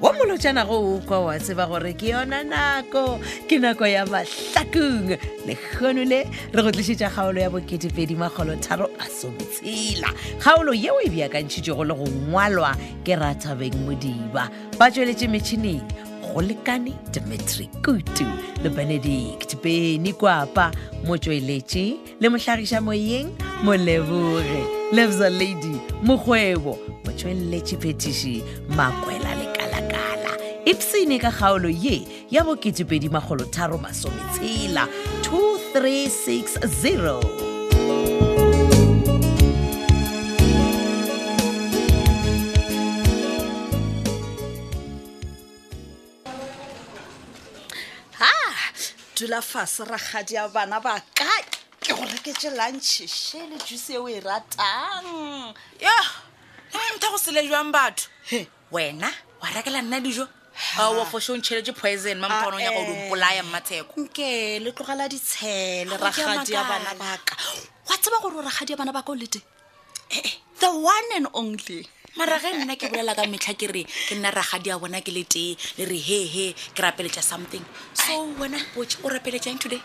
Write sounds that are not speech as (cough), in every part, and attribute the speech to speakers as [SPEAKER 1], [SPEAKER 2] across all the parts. [SPEAKER 1] golotšanago o kwa wa tseba gore ke yona nako ke nako ya mahlakong lekgono le re go tlišitša kgaolo ya bo2edimagolotharo a sobotshela kgaolo yeo e beakantšhitšego le go ngwalwa ke rathabeng modiba ba tsweletše metšhineng go lekane dimitri kutu le benedict beny kwapa motsweletši le mohlagiša moyeng moleboge lebza lady mokgwebo motsweletši phetiši makwela lekalakala ipsene ka kgaolo ye ya bo2edimagolotharo masometshela 2360
[SPEAKER 2] ha dula fase ragadi ya bana ba ka ke go reketse lunchshe le juice eo e ratang
[SPEAKER 3] yo ntha go sele jwang batho
[SPEAKER 2] He.
[SPEAKER 3] wena wa rekela nna dijo
[SPEAKER 2] Oh,
[SPEAKER 3] wa fosontšheletse poison mampono ya go
[SPEAKER 2] Ah, eh.
[SPEAKER 3] dompolaya mmatsheko
[SPEAKER 2] nke le tlogela ditshele
[SPEAKER 3] Ga go ja
[SPEAKER 2] ragadi ya bana
[SPEAKER 3] makala.
[SPEAKER 2] ba ka wa tseba gore ragadi ya bana ba ka o lete the one and only
[SPEAKER 3] mara ge nna ke bolela ka metlha ke re ke nna ragadi ya bona ke le tee le re hehe ke rapeletša something so wena boe o rapeletšang today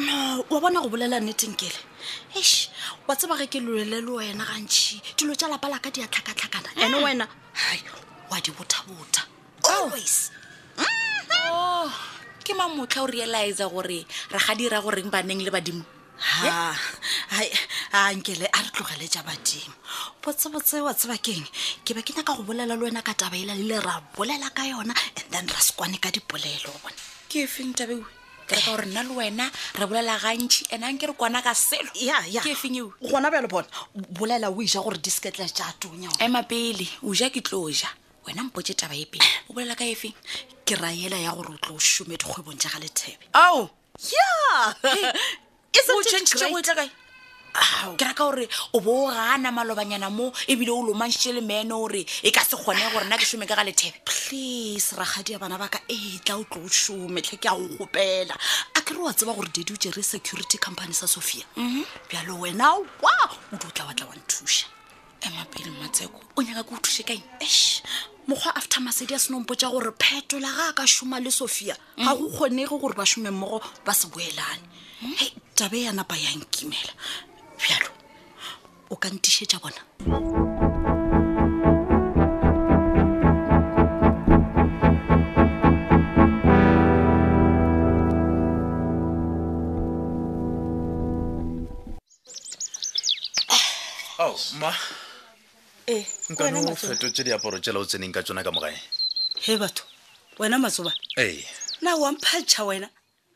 [SPEAKER 2] no wa bona go bolela nnetengkele eš wa tseba ge ke lolele le wena gantšhi dilo tša lapa laka di a tlhakatlhakana
[SPEAKER 3] Eh.
[SPEAKER 2] ene wena hai wa di bothabotha always
[SPEAKER 3] oh ke mamotlha o realiza gore ragadi ra goreng baneng le badimo
[SPEAKER 2] Ha, hai, ha, nkele a re tlogele ja badimo botsebotse wa tseba keng ke be ke nyaka go bolela le wena ka taba ela le ra bolela ka yona and then ra sekwane ka dipolelo bona Eh.
[SPEAKER 3] ke efeng tabewe ka reka gore nna le wena re bolela gantšhi and anke re kwana ka selo ke efeng eo
[SPEAKER 2] gona bjalo bona bolela o ija gore di seketle ja tonya
[SPEAKER 3] ema pele o ja ke tlo ja wena mpotse taba e pele o bolela ka efeng
[SPEAKER 2] ke raela ya gore o tlo o šome dikgwebong ja ga lethebe
[SPEAKER 3] ao
[SPEAKER 2] (laughs) Isn't
[SPEAKER 3] o
[SPEAKER 2] it
[SPEAKER 3] changeitše go
[SPEAKER 2] great?
[SPEAKER 3] etla kae ke raka gore o bo o gana malobanyana mo ebile o lomantšhitše le meno gore e ka se kgone gore nna ke šome ka ga lethebe
[SPEAKER 2] please ragadi ya bana ba ka e tla o tlo o šome tlhe ke a go gopela a ke re wa tseba gore dedi o jere security company sa sophia
[SPEAKER 3] Mhm.
[SPEAKER 2] bjalo wena wa o di o tla watla wa nthuša
[SPEAKER 3] ema pele matsheko o nyaka ke o thuse kaeng
[SPEAKER 2] eš mokgwa after masedi a senompo tja gore phetola ga a ka šoma le sophia ga go kgonege gore ba šome mmogo ba se boelane
[SPEAKER 3] Mhm.
[SPEAKER 2] hei tabe ya napa ya nkimela bjalo o ka ntišetša bona
[SPEAKER 4] ao mma
[SPEAKER 5] ee
[SPEAKER 4] nkane o fetotse diaparo tsela o tseneng ka tsona ka mogae
[SPEAKER 5] he batho wena matsoba
[SPEAKER 4] ee
[SPEAKER 5] na wamphatšha wena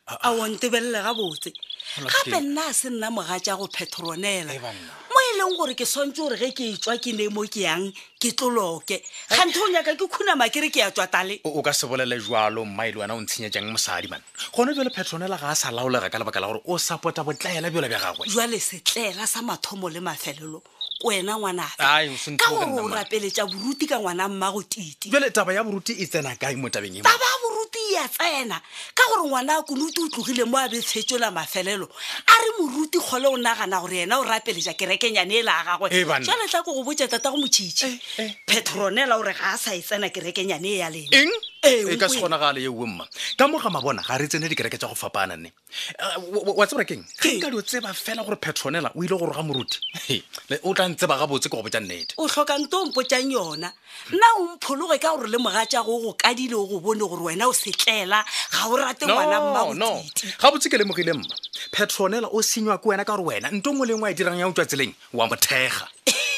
[SPEAKER 5] a wantebelele gabotse
[SPEAKER 4] Hola,
[SPEAKER 5] gape
[SPEAKER 4] Phiri.
[SPEAKER 5] nna a se nna mogatša go phetronela
[SPEAKER 4] Eh, banna.
[SPEAKER 5] mo e leng gore ke swantse gore ge ke etswa ke ne mo ke yang ke tloloke gante o nyaka ke khunama kere ke ya tswa tale
[SPEAKER 4] o o ka se bolele jalo mma e le wena o ntshenyetsang mosadi man gone jale petronela ga a sa laolega ka lebaka la gore o support-a botlaela bjelo bja gagwe
[SPEAKER 5] jwale setlela sa mathomo le mafelelo ko wena
[SPEAKER 4] Ai, o se
[SPEAKER 5] ngwanaka ka
[SPEAKER 4] ntheoge
[SPEAKER 5] gore o
[SPEAKER 4] nna, man.
[SPEAKER 5] rapeletša boruti ka ngwana mmago titi
[SPEAKER 4] jale taba ya boruti e tsena kae mo tabeng e mo?
[SPEAKER 5] taba a boruti e a tsena ka gore ngwana a konote o tlogile mo a befetsola mafelelo a re moruti kgole o nagana gore ena o rapeletša kerekenyane e le a gagwe
[SPEAKER 4] Eh, banna.
[SPEAKER 5] jale tla ko go botsa tata go motšhitšhi petronela ore ga a sa e tsena kerekenyane e ya lena
[SPEAKER 4] eng
[SPEAKER 5] Eh,
[SPEAKER 4] e ka
[SPEAKER 5] o-
[SPEAKER 4] se kgonagale yeo mma ka moga mabona ga re tsene dikereke tsa go fapana ne Eh, wa- wa wa tsebra keng ge nka dio tseba fela gore petronela o ile go roga moruti he, le- o tla ntseba gabotse ke go botsa nnete
[SPEAKER 5] o tlhokang to mpotsang yona nna o mphologe ka gore le mogatša go go kadile o go bone gore wena o setlela ga o rate ngwana
[SPEAKER 4] no no
[SPEAKER 5] mmagotiti
[SPEAKER 4] gabotse ke lemogile mma petronela o senywa ke wena ka gore wena nto ngwe lengwe a e dirang ya o tswa tseleng wa mothega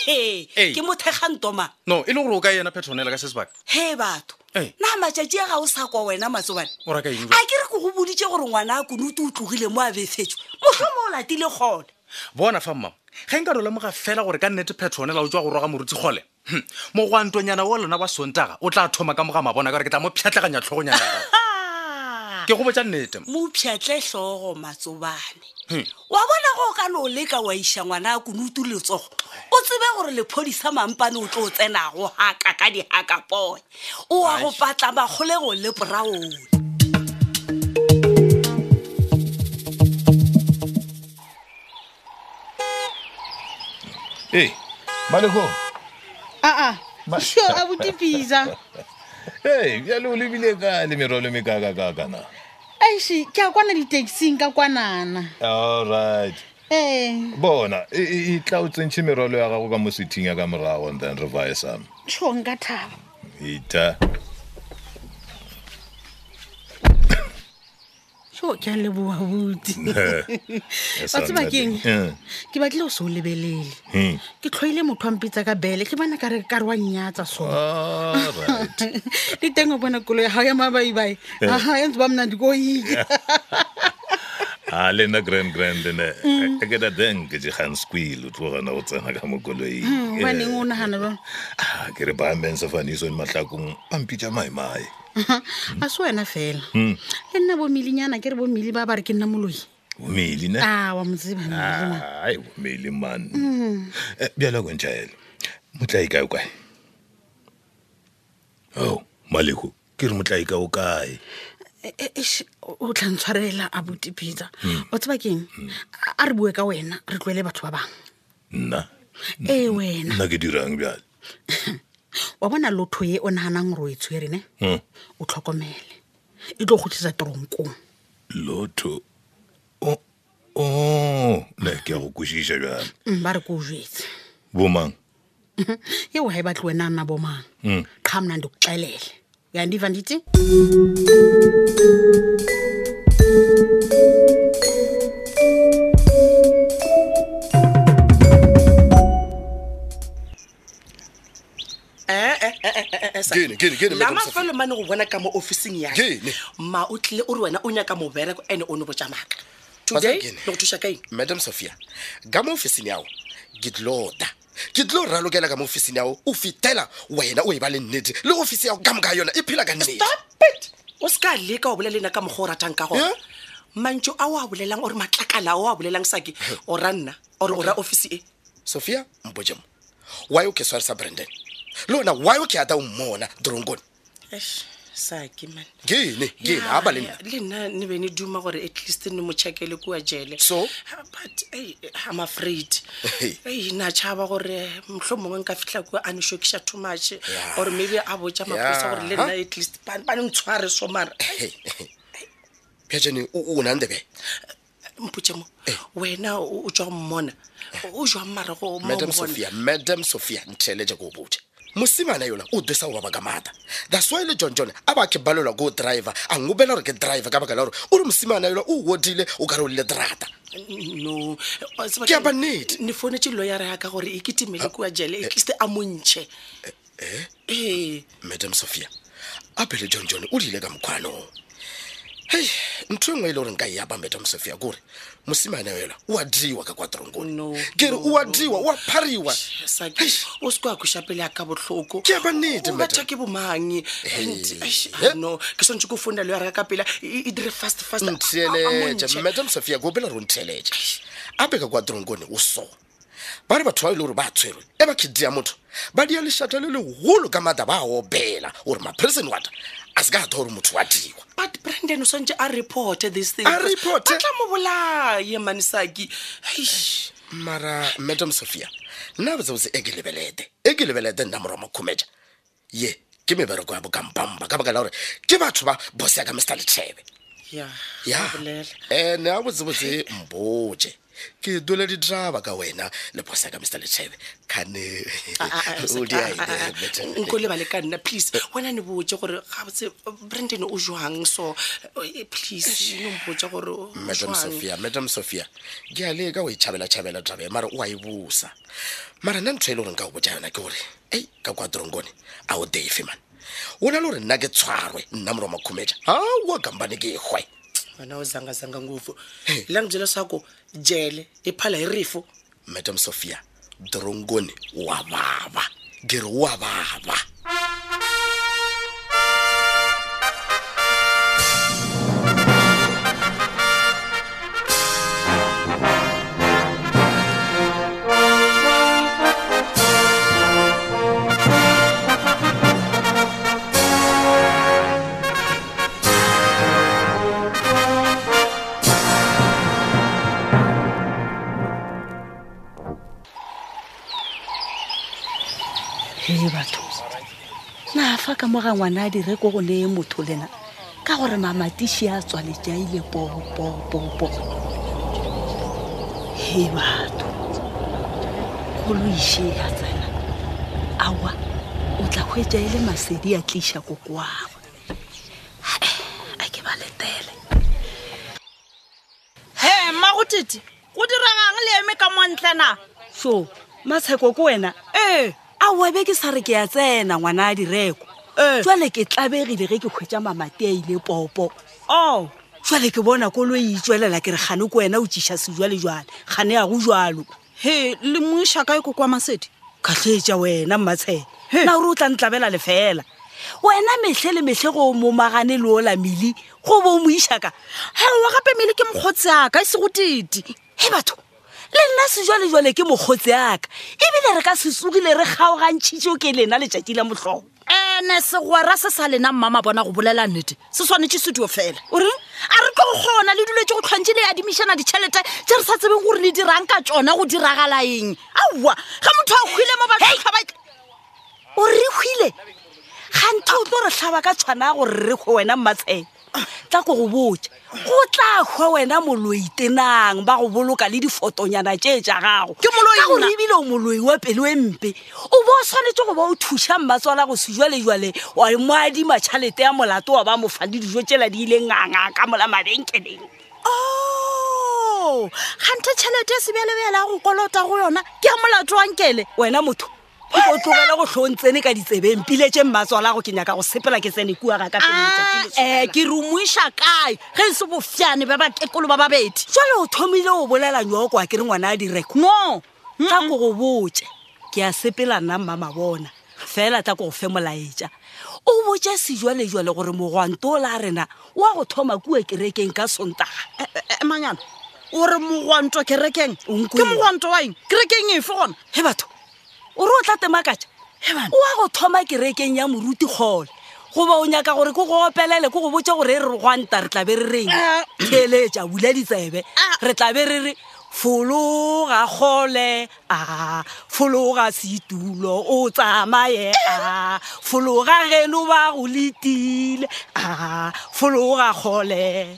[SPEAKER 4] Eh.
[SPEAKER 5] ke mothegantoma
[SPEAKER 4] no e le gore o ka yena petronela ka se sebaka
[SPEAKER 5] he batho
[SPEAKER 4] Eh.
[SPEAKER 5] na matšatši a ga o sa kwa wena matsobane
[SPEAKER 4] o raka eng
[SPEAKER 5] a ke re ko go boditse gore ngwana a konote o tlogile mo a befetso motlhomo o latile gone
[SPEAKER 4] bona fa mma ge nka do lemoga fela gore ka nnete petronela o tswa go roga morutsi kgole hm, mogwantonyana wa lona wa sontaga o tla thoma ka moga mabona ka gore ke tla mo pšhatlaganya tlhogonyana ya
[SPEAKER 5] (laughs)
[SPEAKER 4] gago. ke go botsa nnete mma.
[SPEAKER 5] mopšhatle tlhogo matsobane
[SPEAKER 4] Hmm.
[SPEAKER 5] wa bona go o ka no leka wa iša ngwana a konote letsogo o tsebe gore lephodisa mampane o tlo o tsenago haka ka dihaka pone o wa go patla makgolego le poraone
[SPEAKER 6] ee maleko
[SPEAKER 7] aa
[SPEAKER 6] Ma-
[SPEAKER 8] Ah,
[SPEAKER 7] sure abutipisa
[SPEAKER 9] ee bjale o lebile ka le merwalo mekakakakana
[SPEAKER 8] aiše ke a kwana ditaxing ka kwanana
[SPEAKER 9] allright
[SPEAKER 8] ee
[SPEAKER 9] bona e- e e tla o tsentšhe merwalo ya gago ka mo sething ya ka morago and then revisam
[SPEAKER 8] tšho nka thaba
[SPEAKER 9] eta
[SPEAKER 8] tšho ke a leboa buti (laughs) wa tseba keng ke batlile o se o lebelele
[SPEAKER 9] Hmm.
[SPEAKER 8] ke tlhoile motho wa mpitsa ka bele ke bona kare ka re wa nnyatsa
[SPEAKER 9] (laughs)
[SPEAKER 8] so
[SPEAKER 7] (laughs)
[SPEAKER 9] allright
[SPEAKER 8] le teng o bona kolo ya gao ya mabaibai aa ya ntse ba mnandi ko ike
[SPEAKER 9] a Ah, le nna grand grand ne a ke da dank jegansquil o tlo gona go tsena ka mo
[SPEAKER 7] Mm,
[SPEAKER 9] koloing
[SPEAKER 8] baneng o nagana jalo (laughs)
[SPEAKER 9] Ah, ke re baameng sefaniso le mahlakong bampitša maemae
[SPEAKER 8] a se wena fela le nna bommilinyana ke re bommili ba ba re ke nna moloi
[SPEAKER 9] omeli ne
[SPEAKER 8] a wa motseba mmili ma.
[SPEAKER 9] Ah, hayi Eh, omeli mani
[SPEAKER 8] Mm-hmm.
[SPEAKER 9] bjaloko ntšhaelo motlae kae kae o maleko ke re motlae ka o kae
[SPEAKER 8] E- e- eish, o o tla ntshwarela a buti pitsa o tseba keng A- a re bue ka wena re tloele batho ba bangwe
[SPEAKER 9] nna
[SPEAKER 8] ee e, wena
[SPEAKER 9] nna ke dirang
[SPEAKER 8] (coughs)
[SPEAKER 9] bjale
[SPEAKER 8] wa bona lotho ye o naganang gore o e tshwere ne
[SPEAKER 9] Mm.
[SPEAKER 8] o tlhokomele e tlo go tlhisa toronkong
[SPEAKER 9] lotho o o ne ke ya go kwešiša bjale
[SPEAKER 8] Mm, ba re ko o jetse
[SPEAKER 9] bomang Hmm.
[SPEAKER 8] eo ga e batle wena nna bomang qha mna ndikuxelele uyandiva ndithi
[SPEAKER 5] Eh,
[SPEAKER 10] Kene, kene, kene,
[SPEAKER 5] la
[SPEAKER 10] Madam Sophia.
[SPEAKER 5] mafelo mane go bona ka mo officing yake
[SPEAKER 10] Kene.
[SPEAKER 5] ma o tlile o re wena o nyaka mobereko ande o ne botsa maaka
[SPEAKER 10] Wa tseba
[SPEAKER 5] today
[SPEAKER 10] kene?
[SPEAKER 5] le go thusa ka eng
[SPEAKER 10] madam sophia ka mo officing yago ke tlota ke tlo ralokela ka mo officing yago o fetela wena o e ba le nnete le office yago ka moka yona e phela ka nnete
[SPEAKER 5] stopit o se ka leka wa bolela ena ka mokgwa o ratang ka gona
[SPEAKER 10] Eh?
[SPEAKER 5] mantso a o a bolelang ore matlakala a o a bolelang sake
[SPEAKER 10] Eh.
[SPEAKER 5] o ra nna ore o ra office e
[SPEAKER 10] sophia mpojemo why o ke swarisa brandon le ona why o ke ata o mmona drongone
[SPEAKER 5] sake man
[SPEAKER 10] kene kene
[SPEAKER 5] Ya,
[SPEAKER 10] a ba le
[SPEAKER 5] ya,
[SPEAKER 10] nna
[SPEAKER 5] le nna ne be ne duma gore at least ne mo checkele kua jele
[SPEAKER 10] So?
[SPEAKER 5] Ah, but ei, i'm afraid
[SPEAKER 10] Hey.
[SPEAKER 5] ei na tšhaba gore motlho mongwe nka fitlha kua a nešokiša too much
[SPEAKER 10] Ya.
[SPEAKER 5] or maybe a botja maposa
[SPEAKER 10] Ya.
[SPEAKER 5] gore le nna at least ba ba ne ntshware somara
[SPEAKER 10] pjajane o nandebe
[SPEAKER 5] Ah, mpotsemo
[SPEAKER 10] Eh.
[SPEAKER 5] wena o o jwang mmona o jwang marego mo go
[SPEAKER 10] madam
[SPEAKER 5] bona?
[SPEAKER 10] sophia madam sophia ntheletše ko o botse mosimana yola o dwesa go baba ka maata that's why le john john a ba ke balelwa ko driver a ngobela gore ke driver ka baka la gore o re mosimana yola o wodile o ka re o lele terata
[SPEAKER 5] no wa tseba
[SPEAKER 10] Ke a
[SPEAKER 5] keng?
[SPEAKER 10] ba nnete. Ah, eh.
[SPEAKER 5] ne fonetse lawyer ya ka gore e ketemele kua jele at least a Eh. montšhe ee
[SPEAKER 10] madam sophia ape le john john o diile ka mokgwanong hei ntho e nngwe e le gore nka e yaba madam sophia kore mosimana yola o a diwa ka kwa
[SPEAKER 5] No,
[SPEAKER 10] tronkone ke re o a
[SPEAKER 5] no,
[SPEAKER 10] diwa o a phariwa
[SPEAKER 5] saki o se kwa kweša pele ya ka botlhoko
[SPEAKER 10] Ke a ba nnete,
[SPEAKER 5] O
[SPEAKER 10] madam.
[SPEAKER 5] batha ke bomange And,
[SPEAKER 10] Hey.
[SPEAKER 5] eish, ah, no ke swantse ko founela lawyer ya ka pele e e dire fast fast a- a- a
[SPEAKER 10] ntheletše
[SPEAKER 5] montjhe.
[SPEAKER 10] madam sophia ke opela gore o ntheletše ape ka kwa tronkone o so ba re batho ba e le gore ba tshwerwe e ba khedia motho ba dia lešata le legolo ka maata ba a opela gore maprison wata a se ka ata gore motho wa diwa
[SPEAKER 5] but brandon o swantse a reporte this thing
[SPEAKER 10] A reporte?
[SPEAKER 5] ba tla mo bolaye manesaki
[SPEAKER 10] mara madam sophia nna botsebotse e ke lebelete e ke lebelete nna morwa makhumetša ye ke mebereko ya bokampampa ka baka la gore ke batho ba bos ya ka mr letšhebe ya ande a botsebotse mpotse ke dole didraba ka wena le bos ya ka mr letšhebe kane
[SPEAKER 5] Ah,
[SPEAKER 10] o di a idea, eh, madam.
[SPEAKER 5] nko lebale ka nna please wena ne botse gore gabotse brandon o jwang so eh, please no mpotse gore o
[SPEAKER 10] madam
[SPEAKER 5] jwang
[SPEAKER 10] sophia madam sophia ke a leka o e tšhabela-tšhabela drabe mara o a e busa mara nna ntho e le gore nka go botsa yona ke gore ei ka kwa toronkone a o defe mane o na le gore nna ke tshwarwe nna morwa makhumetša aowa kampane ke e gwe
[SPEAKER 5] wena o zangazanga ngopfu la ni byela swaku jele i phala hi rifu
[SPEAKER 10] madam sophia doronkone wa baba ke re wa baba
[SPEAKER 7] Ee,
[SPEAKER 8] e batho
[SPEAKER 7] ka moga ngwana a direko go neye motho lena ka gore mamatiši a tswaletse a ile popopopo he Ee, batho koloiše ya tsena aowa o tla hwetša e le masedi a tliša kokoagwe a ke ba letele
[SPEAKER 11] he mmago tete go diragang le eme ka montle na
[SPEAKER 7] so matsheko ko wena
[SPEAKER 11] ee
[SPEAKER 7] aowa be ke sa re ke a tsena ngwana a direko
[SPEAKER 11] ee
[SPEAKER 7] jwale ke tlabegile ge ke hwetša mamati a ile popo
[SPEAKER 11] o
[SPEAKER 7] jwale ke bona koloi itswelela ke re gane ko wena o tsiša sejwalejwale gane ya go jalo
[SPEAKER 11] he le moiša kae ko kwa masedi
[SPEAKER 7] ka tletša wena mmatshela na gore o tla ntlabela lefela wena metlhe le metlhe go momagane le ola mele go bo o moiša ka
[SPEAKER 11] hewa gape mele ke mokgotsi aka e sego tete
[SPEAKER 7] he batho le nna sejwalejwale ke mokgotsi aka ebile re ka se tsogile re kgaogantšhitšo ke lena letšatši la motlhogo
[SPEAKER 11] ene segwara se sa lena mmama bona go bolela nnete se swanetse setuo fela ore a re tlo kgona le duletse go tlhwantse le adimišana ditšhelete tse re sa tsebeng gore le dirang ka tsona go diragala eng aowa ga motho a kgwile mo batlhotlha ba
[SPEAKER 7] o re hwile ga ntho o tlo re tlhaba ka tshwana ya gore re kgwe wena mmatshela tla ko go botse go tla hwe wena moloitenang ba go boloka le difotonyana tšee tša gago
[SPEAKER 11] Ke moloi
[SPEAKER 7] ka gore
[SPEAKER 11] nna.
[SPEAKER 7] ebile o moloi wa pelo e mpe o bo o tshwanetse go ba o thuša mmatswala go sejwalejwale wa mo adima tšhalete ya molato wa ba mofa le dijo tsela di ile nganga ka mola mabenkeleng
[SPEAKER 11] o
[SPEAKER 7] Oh!
[SPEAKER 11] gante tšhelete e sebjalebjale ya go kolota go yona ke ya molato wankele
[SPEAKER 7] wena motho ke ko tlogele go tlhontsene ka ditsebeng pile tše mmatswala go ke nyaka go sepela ke tsene kua ga ka pelo letšatši le
[SPEAKER 11] ee
[SPEAKER 7] tshwana.
[SPEAKER 11] Ah, eh, ke rumoiša kae ge e se bofiane ba bakekolo ba babedi
[SPEAKER 7] jale o thomile o bolela nyoko a ke re ngwana a direko
[SPEAKER 11] no
[SPEAKER 7] tla ko go botse ke a sepela nna mmama bona fela tla ko go fe molaetša o botse sejwalejwale gore mogwanto o la rena wa go thoma kua kerekeng ka sontaga
[SPEAKER 11] Eh, eh, eh, manyana ore mogwanto kerekeng
[SPEAKER 7] O nkwele.
[SPEAKER 11] ke mogwanto wa eng kerekeng efe gona
[SPEAKER 7] he batho o re o tla temakatša
[SPEAKER 11] Hebanna.
[SPEAKER 7] wa go thoma kerekeng ya moruti kgole goba o nyaka gore ke go opelele ke go botse gore e re gwanta re tlabe re reng
[SPEAKER 11] Ah.
[SPEAKER 7] theletša bula ditsebe
[SPEAKER 11] Ah.
[SPEAKER 7] re tlabe re re fologa kgole a fologa setulo o tsamaye a fologa geno ba go letile a fologa kgole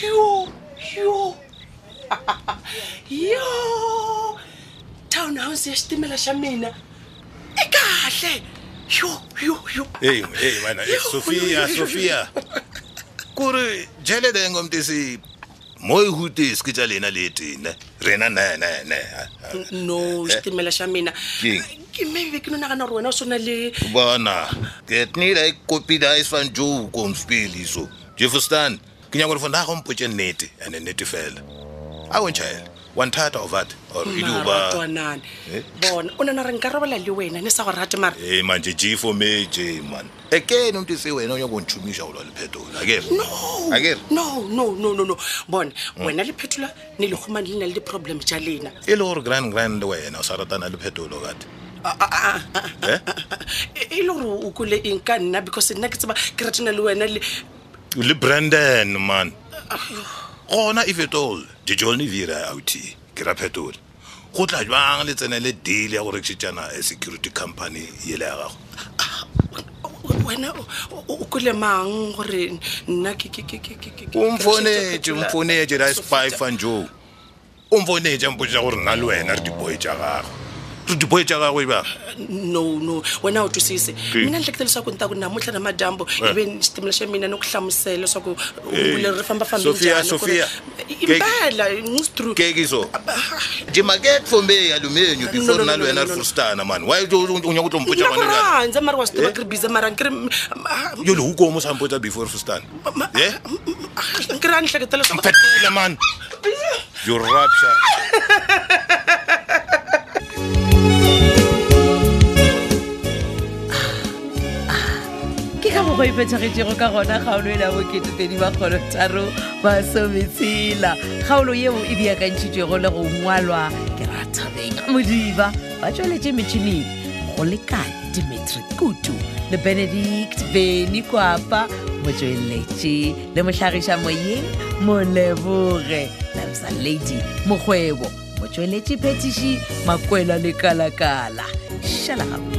[SPEAKER 5] yo yo (laughs) yo town house ya xitimela xa mina i kahle yo yo yo
[SPEAKER 9] Hey, hey, mana, hey, Sophia, Sophia. Kore jele dengo mtisi. Moy hutis ke tsa lena le tena. Rena na na na.
[SPEAKER 5] no xitimela xa mina
[SPEAKER 9] Keng?
[SPEAKER 5] ke maybe ke no nagana gore wena o sona le
[SPEAKER 9] Bona. Get ni la kopi da is van jo konspeli so. Jefferson, ke nyaka gore fona go mpotse nnete ene nnete fela. A o ntshele. One thata of that or e idu ba.
[SPEAKER 5] maratwanane bona o nana re nka robela le wena ne sa go rate mara
[SPEAKER 9] Hey manje G for me J man. Again umtisi wena o nyaka ntshumisha ulwa le phetola. Akere?
[SPEAKER 5] no
[SPEAKER 9] Akere?
[SPEAKER 5] no no no no no bona wena le phetola ne le kgomane le na le di-problem tša lena
[SPEAKER 9] e le gore grand grand wena o sa ratana le phetolo kate Eh?
[SPEAKER 5] E- e le gore o kole eng ka nna because nna ke tseba ke ratana le wena le
[SPEAKER 9] le brandon man gona e if at all dijone vira outy ke ra phetola go tla jwang le tsene le deal ya go rekišetšana e security company ele ya gago
[SPEAKER 5] wena o- o o kole mang gore nna ke- ke- ke- ke- ke- ke- ke-
[SPEAKER 9] o mfonetše
[SPEAKER 5] Phetola.
[SPEAKER 9] mfonetše ra spy fanjo o mfonetše mpotša gore nna le wena re diboi tša gago re diboi tša e gagwe bjang
[SPEAKER 5] no no wena o twisise
[SPEAKER 9] Ke-
[SPEAKER 5] mina ni hleketa leswaku ni ta ku namuntlha na madyambu ivi ni xitimela xa mina ni ku hlamusela leswaku u vule ri fambafambe
[SPEAKER 9] Sophia, Sophia. Ke-
[SPEAKER 5] impela it's true.
[SPEAKER 9] kekiso jimaket fombe yalumenyu before
[SPEAKER 5] no,
[SPEAKER 9] nna le
[SPEAKER 5] no,
[SPEAKER 9] wena
[SPEAKER 5] no,
[SPEAKER 9] re
[SPEAKER 5] no, no.
[SPEAKER 9] forstana man wy o nyaka o tlo mpotša
[SPEAKER 5] na ku
[SPEAKER 9] gona bjale?
[SPEAKER 5] rhandza mari wa swi tiva kiribiza mara nkiri
[SPEAKER 9] yo le hukomo sa mpotsa before forstana e
[SPEAKER 5] nkiri a ni hleketa leswaku
[SPEAKER 9] mphetele man you rapture
[SPEAKER 1] ke ka mokgwa ipetšhagetšego ka gona kgaolo e la boketepedi makgolotharo basometshela kgaolo yeo e beakantšhitšwego le go ngwalwa ke rathabeng modiba ba tšweletše metšhineng go lekane dimetri kutu le benedict beny kwapa motsweletše le mohlagiša moyeng moleboge nabsa lady mokgwebo motšweletše motsweletši phetiši makwela le kalakala šala gape